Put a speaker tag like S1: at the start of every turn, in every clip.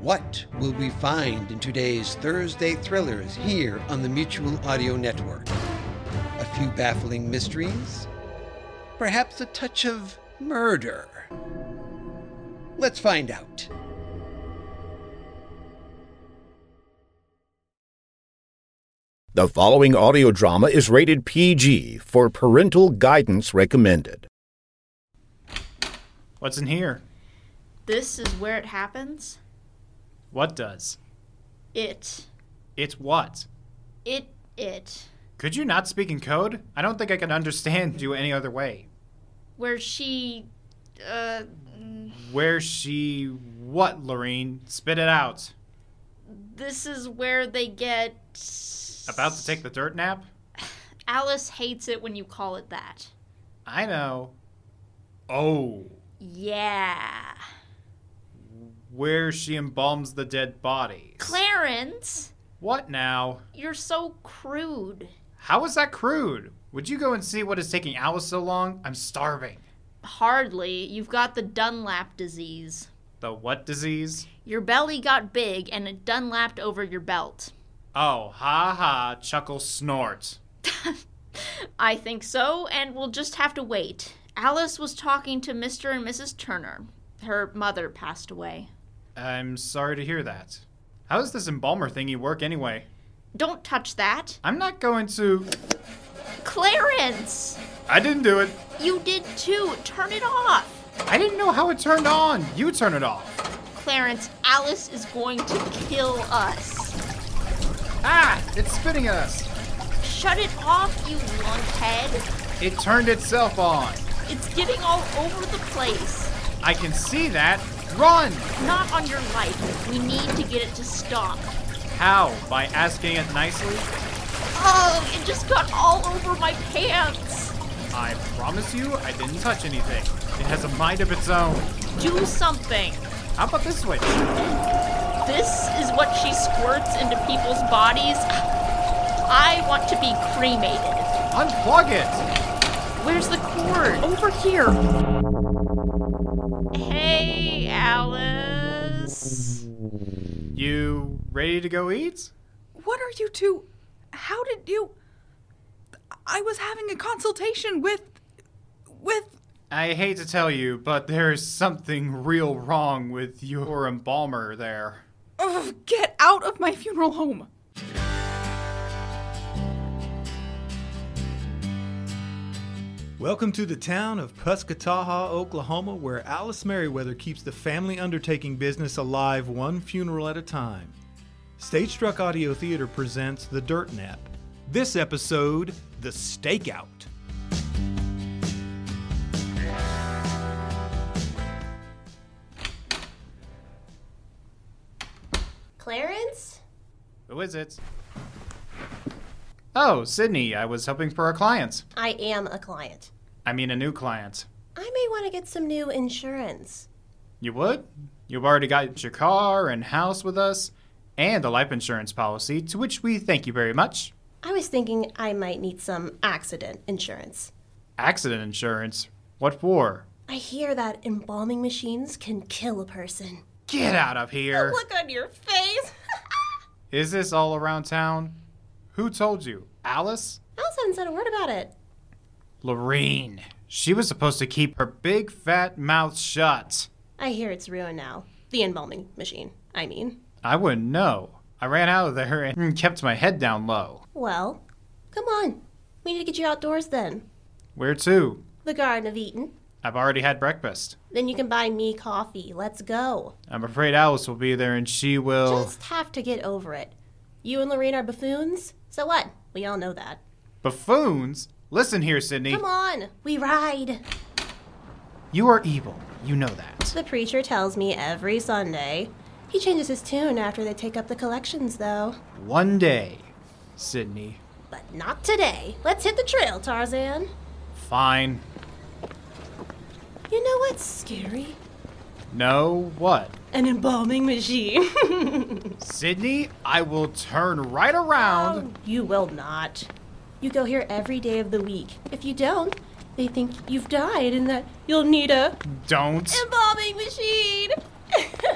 S1: What will we find in today's Thursday thrillers here on the Mutual Audio Network? A few baffling mysteries? Perhaps a touch of murder? Let's find out.
S2: The following audio drama is rated PG for parental guidance recommended.
S3: What's in here?
S4: This is where it happens.
S3: What does?
S4: It.
S3: It what?
S4: It. It.
S3: Could you not speak in code? I don't think I can understand you any other way.
S4: Where she. Uh.
S3: Where she. What, Lorene? Spit it out.
S4: This is where they get.
S3: About to take the dirt nap?
S4: Alice hates it when you call it that.
S3: I know. Oh.
S4: Yeah.
S3: Where she embalms the dead bodies.
S4: Clarence,
S3: What now?
S4: you're so crude.
S3: How is that crude? Would you go and see what is taking Alice so long? I'm starving.
S4: Hardly. You've got the Dunlap disease.
S3: The what disease?
S4: Your belly got big and it Dunlapped over your belt.
S3: Oh, ha ha, chuckle snort.
S4: I think so, and we'll just have to wait. Alice was talking to Mr. and Mrs. Turner. Her mother passed away.
S3: I'm sorry to hear that. How does this embalmer thingy work anyway?
S4: Don't touch that.
S3: I'm not going to.
S4: Clarence!
S3: I didn't do it.
S4: You did too. Turn it off.
S3: I didn't know how it turned on. You turn it off.
S4: Clarence, Alice is going to kill us.
S3: Ah, it's spitting at us.
S4: Shut it off, you lunkhead.
S3: It turned itself on.
S4: It's getting all over the place.
S3: I can see that. Run!
S4: Not on your life. We need to get it to stop.
S3: How? By asking it nicely?
S4: Oh, it just got all over my pants.
S3: I promise you, I didn't touch anything. It has a mind of its own.
S4: Do something.
S3: How about this switch?
S4: This is what she squirts into people's bodies. I want to be cremated.
S3: Unplug it!
S4: Where's the cord? Over here. Hey, Alice.
S3: You ready to go eat?
S5: What are you two? How did you? I was having a consultation with. with.
S3: I hate to tell you, but there is something real wrong with your embalmer there.
S5: Ugh, get out of my funeral home!
S6: Welcome to the town of Puskataha, Oklahoma, where Alice Merriweather keeps the family undertaking business alive one funeral at a time. Stage Struck Audio Theater presents The Dirt Nap. This episode, The Stakeout.
S7: Clarence?
S3: Who is it? Oh, Sydney, I was hoping for a client.
S7: I am a client.
S3: I mean, a new client.
S7: I may want to get some new insurance.
S3: You would? You've already got your car and house with us, and a life insurance policy, to which we thank you very much.
S7: I was thinking I might need some accident insurance.
S3: Accident insurance? What for?
S7: I hear that embalming machines can kill a person.
S3: Get out of here!
S7: Look on your face!
S3: Is this all around town? Who told you? Alice?
S7: Alice hadn't said a word about it.
S3: Lorene. She was supposed to keep her big fat mouth shut.
S7: I hear it's ruined now. The embalming machine, I mean.
S3: I wouldn't know. I ran out of there and kept my head down low.
S7: Well, come on. We need to get you outdoors then.
S3: Where to?
S7: The Garden of Eden.
S3: I've already had breakfast.
S7: Then you can buy me coffee. Let's go.
S3: I'm afraid Alice will be there and she will.
S7: Just have to get over it. You and Lorraine are buffoons, so what? We all know that.
S3: Buffoons? Listen here, Sydney.
S7: Come on, we ride.
S3: You are evil. You know that.
S7: The preacher tells me every Sunday. He changes his tune after they take up the collections, though.
S3: One day, Sydney.
S7: But not today. Let's hit the trail, Tarzan.
S3: Fine.
S7: You know what's scary?
S3: No, what?
S7: An embalming machine.
S3: Sydney, I will turn right around.
S7: Oh, you will not. You go here every day of the week. If you don't, they think you've died and that you'll need a
S3: Don't.
S7: embalming machine.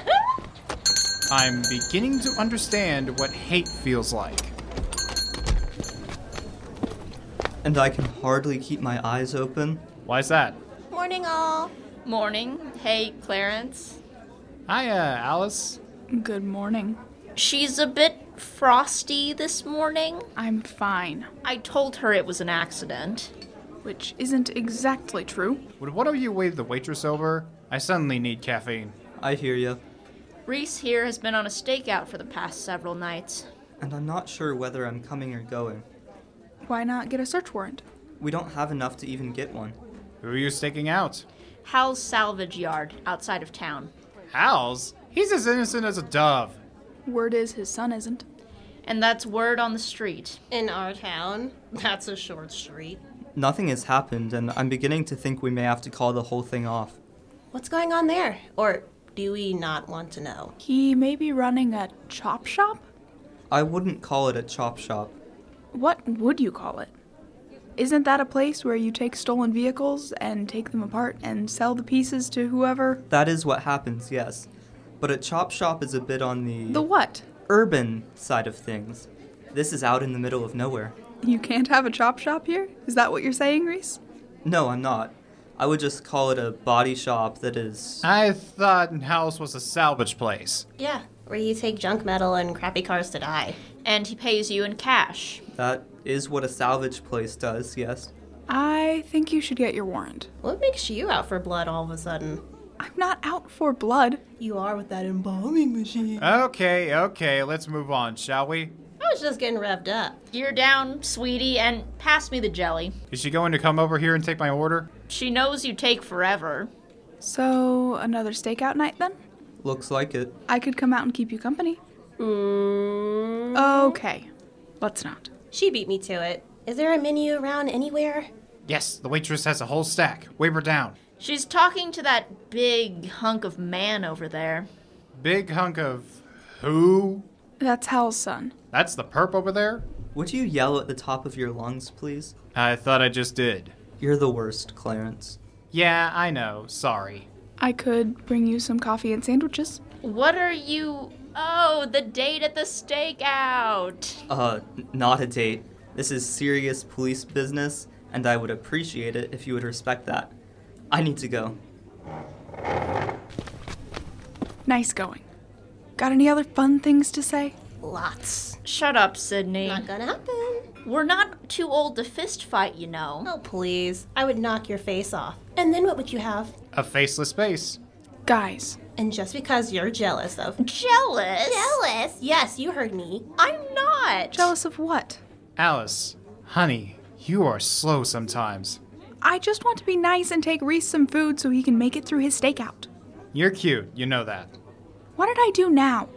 S3: I'm beginning to understand what hate feels like.
S8: and I can hardly keep my eyes open.
S3: Why's that?
S7: Morning, all.
S4: Morning. Hey, Clarence.
S3: Hiya, uh, Alice.
S5: Good morning.
S4: She's a bit frosty this morning.
S5: I'm fine,
S4: I told her it was an accident.
S5: which isn't exactly true.
S3: Would one of you wave the waitress over? I suddenly need caffeine.
S8: I hear you.
S4: Reese here has been on a stakeout for the past several nights.
S8: And I'm not sure whether I'm coming or going.
S5: Why not get a search warrant?
S8: We don't have enough to even get one.
S3: Who are you staking out?
S4: Hal's salvage yard outside of town.
S3: Hal's? He's as innocent as a dove.
S5: Word is his son isn't.
S4: And that's word on the street.
S7: In our town, that's a short street.
S8: Nothing has happened, and I'm beginning to think we may have to call the whole thing off.
S7: What's going on there? Or do we not want to know?
S5: He may be running a chop shop?
S8: I wouldn't call it a chop shop.
S5: What would you call it? Isn't that a place where you take stolen vehicles and take them apart and sell the pieces to whoever?
S8: That is what happens, yes. But a chop shop is a bit on the,
S5: The what?
S8: urban side of things. This is out in the middle of nowhere.
S5: You can't have a chop shop here? Is that what you're saying, Reese?
S8: No, I'm not. I would just call it a body shop that is.
S3: I thought Hal's was a salvage place.
S7: Yeah, where you take junk metal and crappy cars to die.
S4: And he pays you in cash.
S8: That is what a salvage place does, yes.
S5: I think you should get your warrant.
S7: What makes you out for blood all of a sudden?
S5: I'm not out for blood.
S7: You are with that embalming machine.
S3: Okay, okay, let's move on, shall we?
S7: I was just getting revved up.
S4: You're down, sweetie, and pass me the jelly.
S3: Is she going to come over here and take my order?
S4: She knows you take forever.
S5: So, another stakeout night then?
S8: Looks like it.
S5: I could come out and keep you company. Okay, let's not.
S7: She beat me to it. Is there a menu around anywhere?
S3: Yes, the waitress has a whole stack. Wave her down.
S4: She's talking to that big hunk of man over there.
S3: Big hunk of who?
S5: That's Hal's son.
S3: That's the perp over there?
S8: Would you yell at the top of your lungs, please?
S3: I thought I just did.
S8: You're the worst, Clarence.
S3: Yeah, I know. Sorry.
S5: I could bring you some coffee and sandwiches.
S4: What are you. Oh, the date at the stakeout!
S8: Uh, n- not a date. This is serious police business, and I would appreciate it if you would respect that. I need to go.
S5: Nice going. Got any other fun things to say?
S7: Lots.
S4: Shut up, Sydney.
S7: Not gonna happen.
S4: We're not too old to fist fight, you know.
S7: Oh, please. I would knock your face off. And then what would you have?
S3: A faceless face.
S5: Guys,
S7: And just because you're jealous of.
S4: Jealous?
S7: Jealous? Yes, you heard me.
S4: I'm not.
S5: jealous of what?
S3: Alice, honey, you are slow sometimes.
S5: I just want to be nice and take Reese some food so he can make it through his stakeout.
S3: You're cute, you know that.
S5: What did I do now?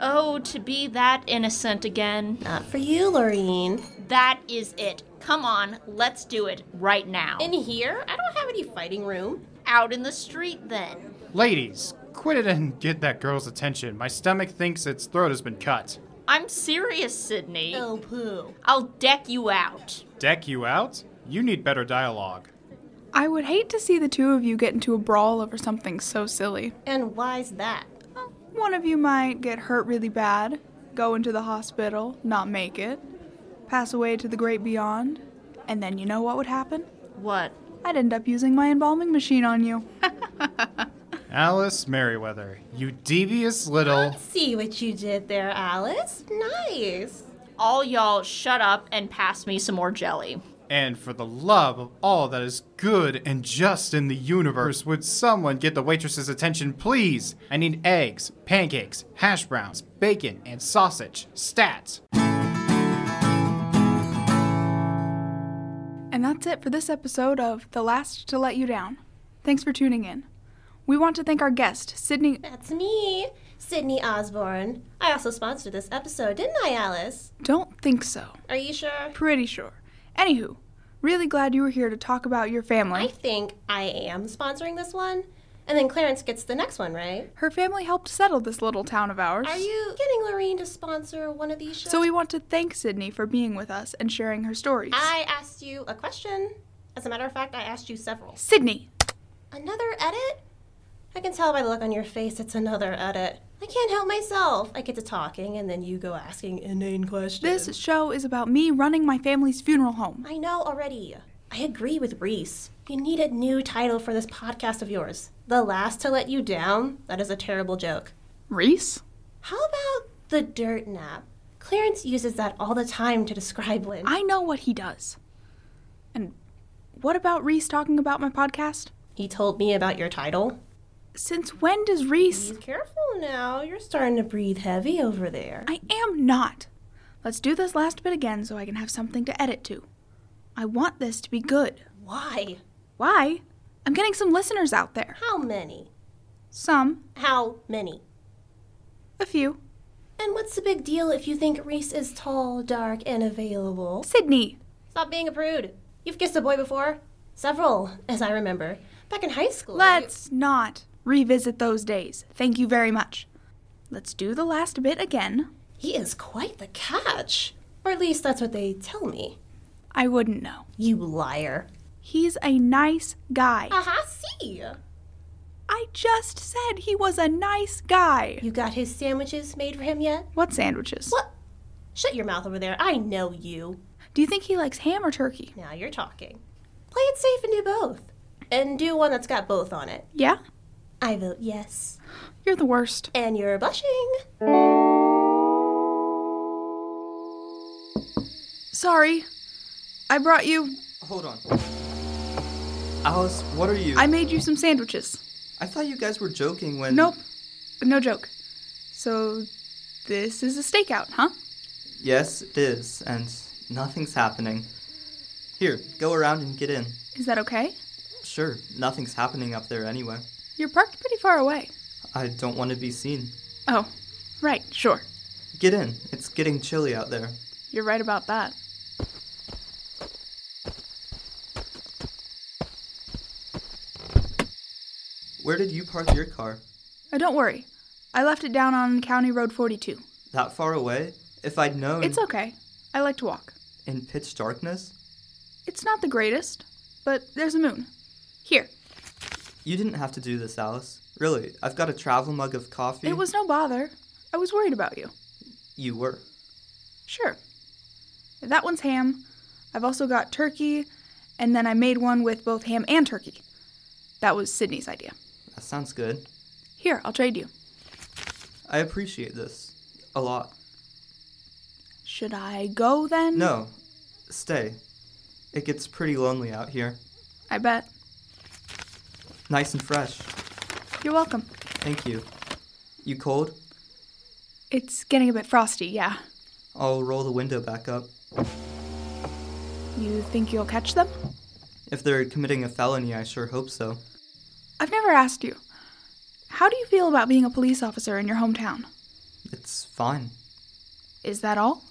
S4: Oh, to be that innocent again.
S7: Not for you, Lorene.
S4: That is it. Come on, let's do it right now.
S7: In here? I don't have any fighting room.
S4: out in the street then.
S3: Ladies, quit it and get that girl's attention. My stomach thinks its throat has been cut.
S4: I'm serious, Sydney.
S7: Oh, poo.
S4: I'll deck you out.
S3: Deck you out? You need better dialogue.
S5: I would hate to see the two of you get into a brawl over something so silly.
S7: And why's that?
S5: Well, One of you might get hurt really bad, go into the hospital, not make it, pass away to the great beyond, and then you know what would happen?
S4: What?
S5: I'd end up using my embalming machine on you.
S3: Alice Merriweather, you devious little.
S7: See what you did there, Alice? Nice.
S4: All y'all shut up and pass me some more jelly.
S3: And for the love of all that is good and just in the universe, would someone get the waitress's attention, please? I need eggs, pancakes, hash browns, bacon, and sausage. Stats.
S5: And that's it for this episode of The Last to Let You Down. Thanks for tuning in. We want to thank our guest, Sydney.
S7: That's me. Sydney Osborne. I also sponsored this episode, didn't I, Alice?
S5: Don't think so.
S7: Are you sure?
S5: Pretty sure. Anywho, really glad you were here to talk about your
S7: I
S5: family.
S7: think I am sponsoring this one. And then Clarence gets the next one, right?
S5: Her family helped settle this little town of ours.
S7: Are you getting Lorraine to sponsor one of these shows?
S5: So we want to thank Sydney for being with us and sharing her stories.
S7: I asked you a question. As a matter of fact, I asked you several.
S5: Sydney,
S7: Another edit? I can tell by the look on your face it's another edit. I can't help myself. I get to talking and then you go asking inane questions.
S5: this show is about me running my family's funeral home.
S7: I know already. I agree with Reese. You need a new title for this podcast of yours. The Last to Let You Down? That is a terrible joke.
S5: Reese?
S7: How about the dirt nap? Clarence uses that all the time to describe Lynn.
S5: I know what he does. And what about Reese talking about my podcast?
S7: He told me about your title.
S5: Since when does Reese?
S7: Be careful now. You're starting to breathe heavy over there.
S5: I am not. Let's do this last bit again so I can have something to edit to. I want this to be good.
S7: Why?
S5: Why? I'm getting some listeners out there.
S7: How many?
S5: Some,
S7: How many?
S5: a few.
S7: And what's the big deal if you think Reese is tall, dark, and available?
S5: Sydney,
S7: Stop being a prude. You've kissed a boy before? Several, as I remember. Back in high school. you-
S5: let's not revisit those days. Thank you very much. Let's do the last bit again.
S7: He is quite the catch. Or at least that's what they tell me.
S5: I wouldn't know.
S7: You liar.
S5: He's a nice guy.
S7: Aha, see?
S5: I just said he was a nice guy.
S7: You got his sandwiches made for him yet?
S5: What sandwiches?
S7: What? Shut your mouth over there. I know you.
S5: Do you think he likes ham or turkey?
S7: Now you're talking. Play it safe and do both. And do one that's got both on it.
S5: Yeah?
S7: I vote yes.
S5: You're the worst.
S7: And you're blushing.
S5: Sorry. I brought you.
S8: Hold on. Alice, what are you?
S5: I made you some sandwiches.
S8: I thought you guys were joking when.
S5: Nope. No joke. So, this is a stakeout, huh?
S8: Yes, it is, and nothing's happening. Here, go around and get in.
S5: Is that okay?
S8: Sure, nothing's happening up there anyway.
S5: You're parked pretty far away.
S8: I don't want to be seen.
S5: Oh, right, sure.
S8: Get in. It's getting chilly out there.
S5: You're right about that.
S8: Where did you park your car?
S5: Oh, don't worry. I left it down on County Road 42.
S8: That far away? If I'd known.
S5: It's okay. I like to walk.
S8: In pitch darkness?
S5: It's not the greatest, but there's a moon. Here.
S8: You didn't have to do this, Alice. Really, I've got a travel mug of coffee.
S5: It was no bother. I was worried about you.
S8: You were.
S5: Sure. That one's ham. I've also got turkey, and then I made one with both ham and turkey. That was Sydney's idea.
S8: That sounds good.
S5: Here, I'll trade you.
S8: I appreciate this. A lot.
S5: Should I go then?
S8: No. Stay. It gets pretty lonely out here.
S5: I bet.
S8: Nice and fresh.
S5: You're welcome.
S8: Thank you. You cold?
S5: It's getting a bit frosty, yeah.
S8: I'll roll the window back up.
S5: You think you'll catch them?
S8: If they're committing a felony, I sure hope so.
S5: I've never asked you. How do you feel about being a police officer in your hometown?
S8: It's fine.
S5: Is that all?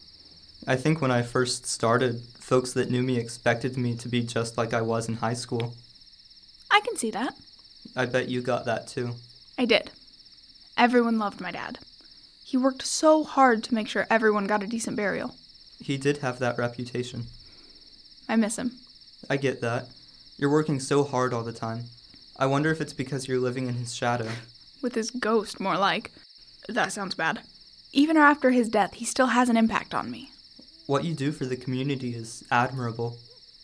S8: I think when I first started, folks that knew me expected me to be just like I was in high school.
S5: I can see that.
S8: I bet you got that too.
S5: I did. Everyone loved my dad. He worked so hard to make sure everyone got a decent burial.
S8: He did have that reputation.
S5: I miss him.
S8: I get that. You're working so hard all the time. I wonder if it's because you're living in his shadow.
S5: With his ghost, more like. That sounds bad. Even after his death, he still has an impact on me.
S8: What you do for the community is admirable.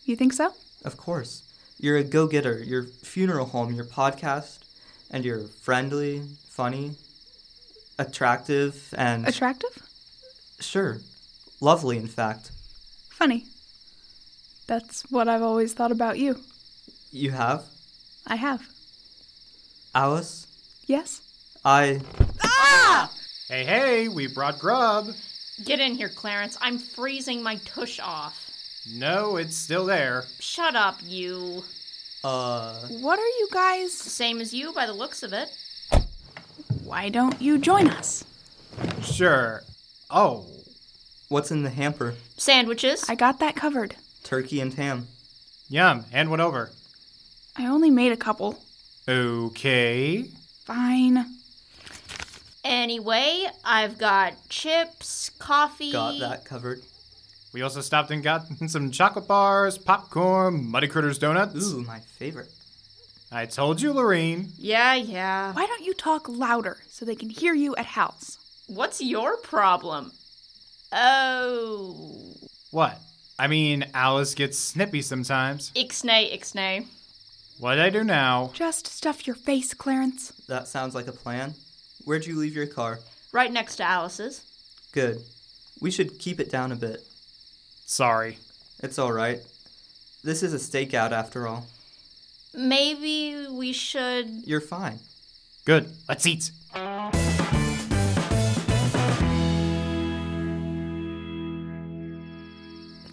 S5: You think so?
S8: Of course. You're a go getter, your funeral home, your podcast, and you're friendly, funny, attractive, and
S5: Attractive?
S8: sure, lovely, in fact.
S5: Funny. That's what I've always thought about you.
S8: You have?
S5: I have.
S8: Alice?
S5: Yes?
S8: I.
S3: Hey, hey, we brought grub.
S4: Get in here, Clarence. I'm freezing my tush off.
S3: No, it's still there.
S4: Shut up, you.
S8: Uh.
S5: What are you guys?
S4: Same as you by the looks of it.
S5: Why don't you join us?
S3: Sure. Oh,
S8: What's in the hamper?
S4: Sandwiches.
S5: I got that covered.
S8: Turkey and ham.
S3: yum. Hand one over.
S5: I only made a couple.
S3: Okay.
S5: Fine.
S4: Anyway, I've got chips, coffee.
S8: Got that covered.
S3: We also stopped and got some chocolate bars, popcorn, Muddy Critters donuts.
S8: Ooh, my favorite.
S3: I told you, Lorene.
S4: Yeah, yeah.
S5: Why don't you talk louder so they can hear you at house?
S4: What's your problem? Oh.
S3: What? I mean, Alice gets snippy sometimes.
S4: Ixnay, Ixnay.
S3: What'd I do now?
S5: Just stuff your face, Clarence.
S8: That sounds like a plan. Where'd you leave your car?
S4: Right next to Alice's.
S8: Good. We should keep it down a bit.
S3: Sorry.
S8: It's alright. This is a stakeout after all.
S4: Maybe we should.
S8: You're fine.
S3: Good. Let's eat.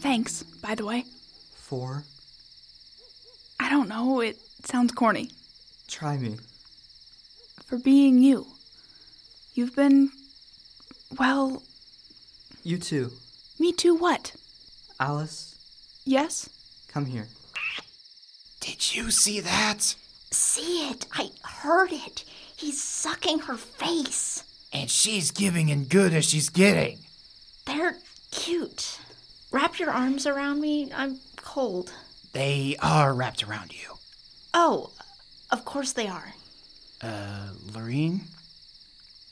S5: Thanks, by the way.
S8: Four.
S5: I don't know, it sounds corny.
S8: Try me.
S5: For being you. You've been. Well,
S8: You too.
S5: me too, what?
S8: Alice,
S5: Yes?
S8: come here.
S3: Did you see that?
S4: See it. I heard it. He's sucking her face.
S3: And she's giving and good as she's getting.
S4: They're cute. Wrap your arms around me. I'm cold.
S3: They are wrapped around you.
S4: Oh, of course they are.
S3: Uh, Lorene?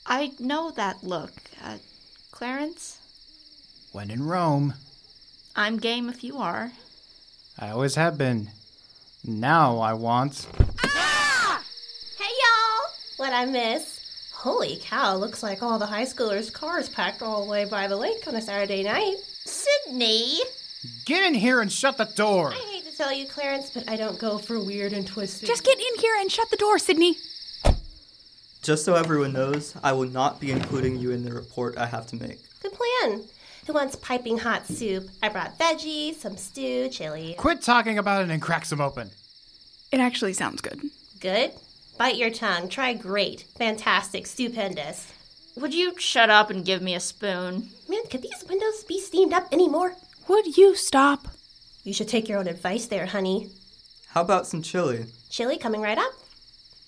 S4: I know that look. Uh, Clarence,
S3: When in Rome.
S4: I'm game if you are.
S3: I always have been. Now I want.
S7: Hey y'all! What I miss? Holy cow, looks like all the high schoolers' cars packed all the way by the lake on a Saturday night.
S4: Sydney!
S3: Get in here and shut the door!
S7: I hate to tell you, Clarence, but I don't go for weird and twisted.
S5: Just get in here and shut the door, Sydney.
S8: Just so everyone knows, I will not be including you in the report I have to make.
S7: Good plan. Who wants piping hot soup? I brought veggies, some stew, chili.
S3: Quit talking about it and crack some open.
S5: It actually sounds good.
S7: Good? Bite your tongue. Try great. Fantastic. Stupendous.
S4: Would you shut up and give me a spoon?
S7: Man, could these windows be steamed up anymore?
S5: Would you stop?
S7: You should take your own advice there, honey.
S8: How about some chili?
S7: Chili coming right up.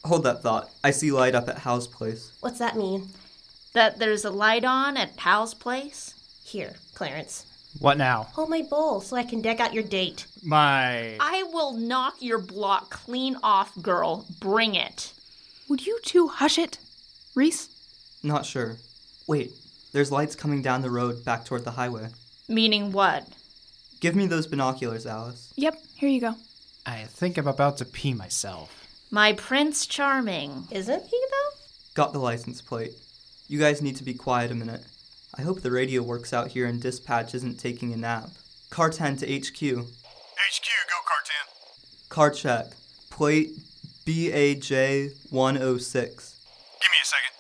S8: Hold that thought. I see light up at Hal's place.
S7: What's that mean?
S4: That there's a light on at Pal's place?
S7: Here, Clarence.
S3: What now?
S7: Hold my bowl so I can deck out your date.
S3: My.
S4: I will knock your block clean off, girl. Bring it.
S5: Would you two hush it? Reese?
S8: Not sure. Wait, there's lights coming down the road back toward the highway.
S4: Meaning what?
S8: Give me those binoculars, Alice.
S5: Yep, here you go.
S3: I think I'm about to pee myself.
S4: My Prince Charming.
S7: Isn't he, though?
S8: Got the license plate. You guys need to be quiet a minute. I hope the radio works out here and dispatch isn't taking a nap. Car 10 to HQ.
S9: HQ, go Cartan.
S8: Car check. Plate BAJ 106.
S9: Give me a second.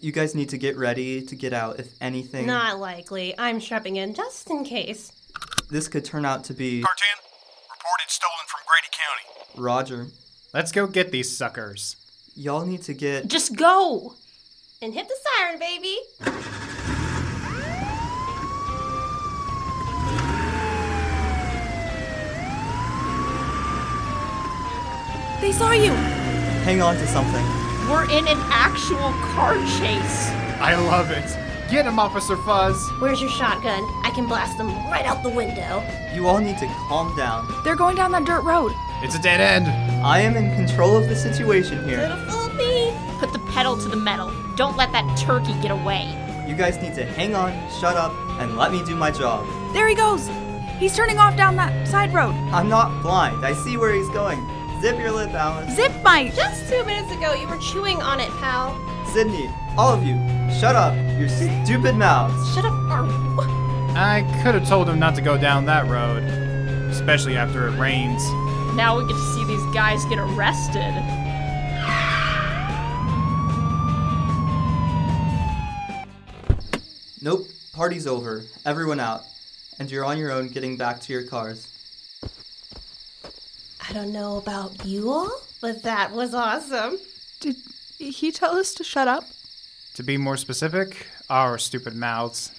S8: You guys need to get ready to get out if anything.
S7: Not likely. I'm strapping in just in case.
S8: This could turn out to be
S9: Cartan, reported stolen from Grady County.
S8: Roger.
S3: Let's go get these suckers.
S8: Y'all need to get.
S4: Just go!
S7: And hit the siren, baby.
S5: They saw you!
S8: Hang on to something.
S4: We're in an actual car chase.
S3: I love it. Get him, Officer Fuzz.
S7: Where's your shotgun? I can blast them right out the window.
S8: You all need to calm down.
S5: They're going down that dirt road.
S3: It's a dead end.
S8: I am in control of the situation here.
S7: Little fool me.
S4: Put the pedal to the metal. Don't let that turkey get away.
S8: You guys need to hang on, shut up, and let me do my job.
S5: There he goes! He's turning off down that side road.
S8: I'm not blind. I see where he's going. Zip your lip, Alice.
S5: Zip Mike!
S7: Just two minutes ago, you were chewing on it, pal.
S8: Sydney, all of you, shut up. Your stupid mouths.
S7: Shut up. Arf.
S3: I could have told him not to go down that road, especially after it rains.
S4: Now we get to see these guys get arrested.
S8: Nope. Party's over. Everyone out. And you're on your own getting back to your cars.
S7: I don't know about you all, but that was awesome.
S5: Did he tell us to shut up?
S3: To be more specific, our stupid mouths.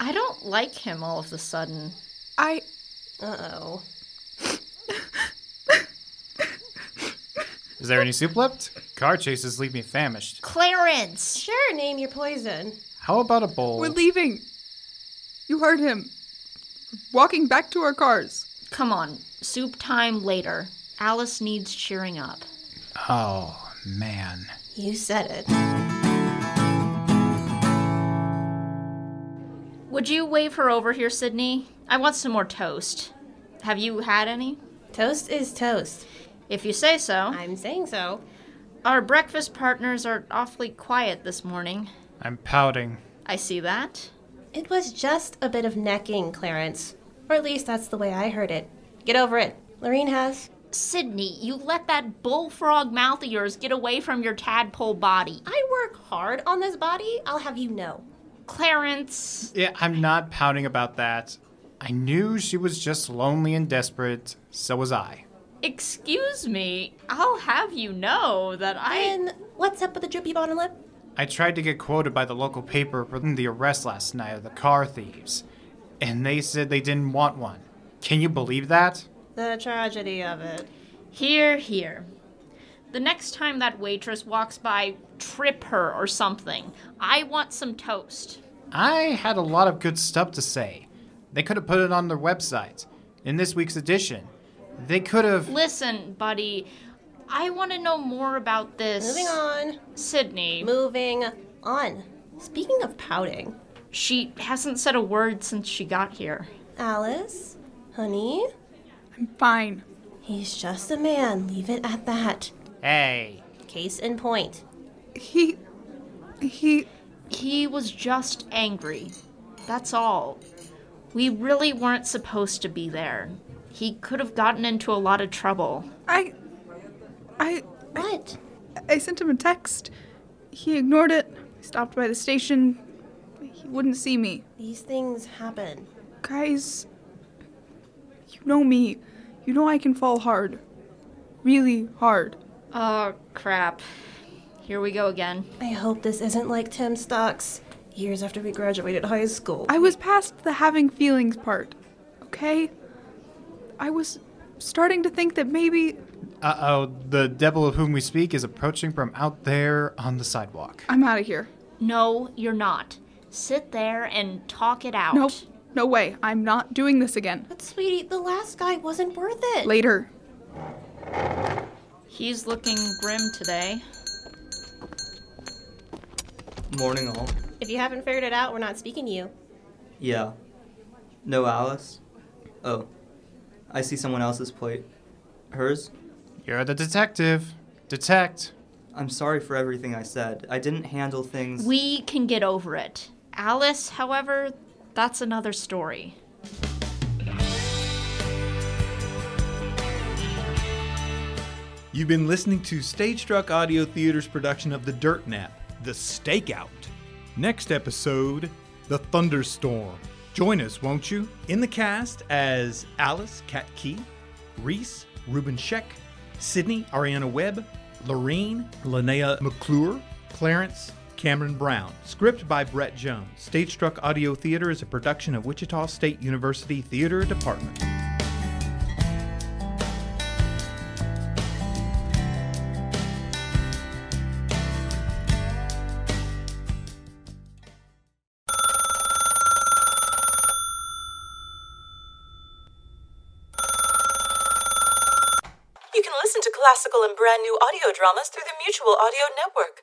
S4: I don't like him all of a sudden.
S5: I.
S7: Uh oh.
S3: Is there any soup left? Car chases leave me famished.
S4: Clarence!
S7: Sure, name your poison.
S3: How about a bowl?
S5: We're leaving. You heard him. Walking back to our cars.
S4: Come on, soup time later. Alice needs cheering up.
S3: oh, man.
S7: You said it.
S4: Would you wave her over here, Sydney? I want some more toast. Have you had any?
S7: Toast is toast.
S4: If you say so.
S7: I'm saying so.
S4: Our breakfast partners are awfully quiet this morning.
S3: I'm pouting.
S4: I see that.
S7: It was just a bit of necking, Clarence. Or at least that's the way I heard it. Get over it. Lorene has.
S4: Sydney, you let that bullfrog mouth of yours get away from your tadpole body.
S7: I work hard on this body, I'll have you know.
S4: Clarence,
S3: Yeah, I'm not pouting about that. I knew she was just lonely and desperate. So was I.
S4: excuse me. I'll have you know that I.
S7: And what's up with the drippy bottom lip?
S3: I tried to get quoted by the local paper for the arrest last night of the car thieves, and they said they didn't want one. Can you believe that?
S7: The tragedy of it.
S4: Here, here. The next time that waitress walks by, trip her or something. I want some toast.
S3: I had a lot of good stuff to say. They could have put it on their website in this week's edition. They could have.
S4: Listen, buddy, I want to know more about this.
S7: Moving on.
S4: Sydney,
S7: Moving on. Speaking of pouting,
S4: she hasn't said a word since she got here.
S7: Alice, honey,
S5: I'm fine.
S7: he's just a man. Leave it at that.
S3: Hey,
S7: Case in point.
S5: He. He.
S4: He was just angry. That's all. We really weren't supposed to be there. He could have gotten into a lot of trouble.
S5: I. I.
S7: What?
S5: I sent him a text. He ignored it. Stopped by the station. He wouldn't see me.
S7: These things happen.
S5: Guys, you know me. You know I can fall hard. Really hard.
S4: Oh, crap. Here we go again.
S7: I hope this isn't like Tim Stocks. Years after we graduated high school.
S5: I was past the having feelings part, okay? I was starting to think that maybe
S3: uh oh, the devil of whom we speak is approaching from out there on the sidewalk.
S5: I'm out of here.
S4: No, you're not. Sit there and talk it out.
S5: Nope. No way. I'm not doing this again.
S7: But sweetie, the last guy wasn't worth it.
S5: Later.
S4: He's looking grim today.
S8: Morning all.
S7: If you haven't figured it out, we're not speaking to you.
S8: Yeah. No Alice? Oh. I see someone else's plate. Hers?
S3: You're the detective. Detect.
S8: I'm sorry for everything I said. I didn't handle things.
S4: We can get over it. Alice, however, that's another story.
S6: You've been listening to Stage Struck Audio Theater's production of The Dirt Nap, The Stakeout. Next episode, The Thunderstorm. Join us, won't you? In the cast as Alice Kat Key, Reese Ruben Sheck, Sydney Ariana Webb, Lorene Linnea McClure, Clarence Cameron Brown. Script by Brett Jones. Stage Struck Audio Theater is a production of Wichita State University Theater Department.
S10: You can listen to classical and brand new audio dramas through the Mutual Audio Network.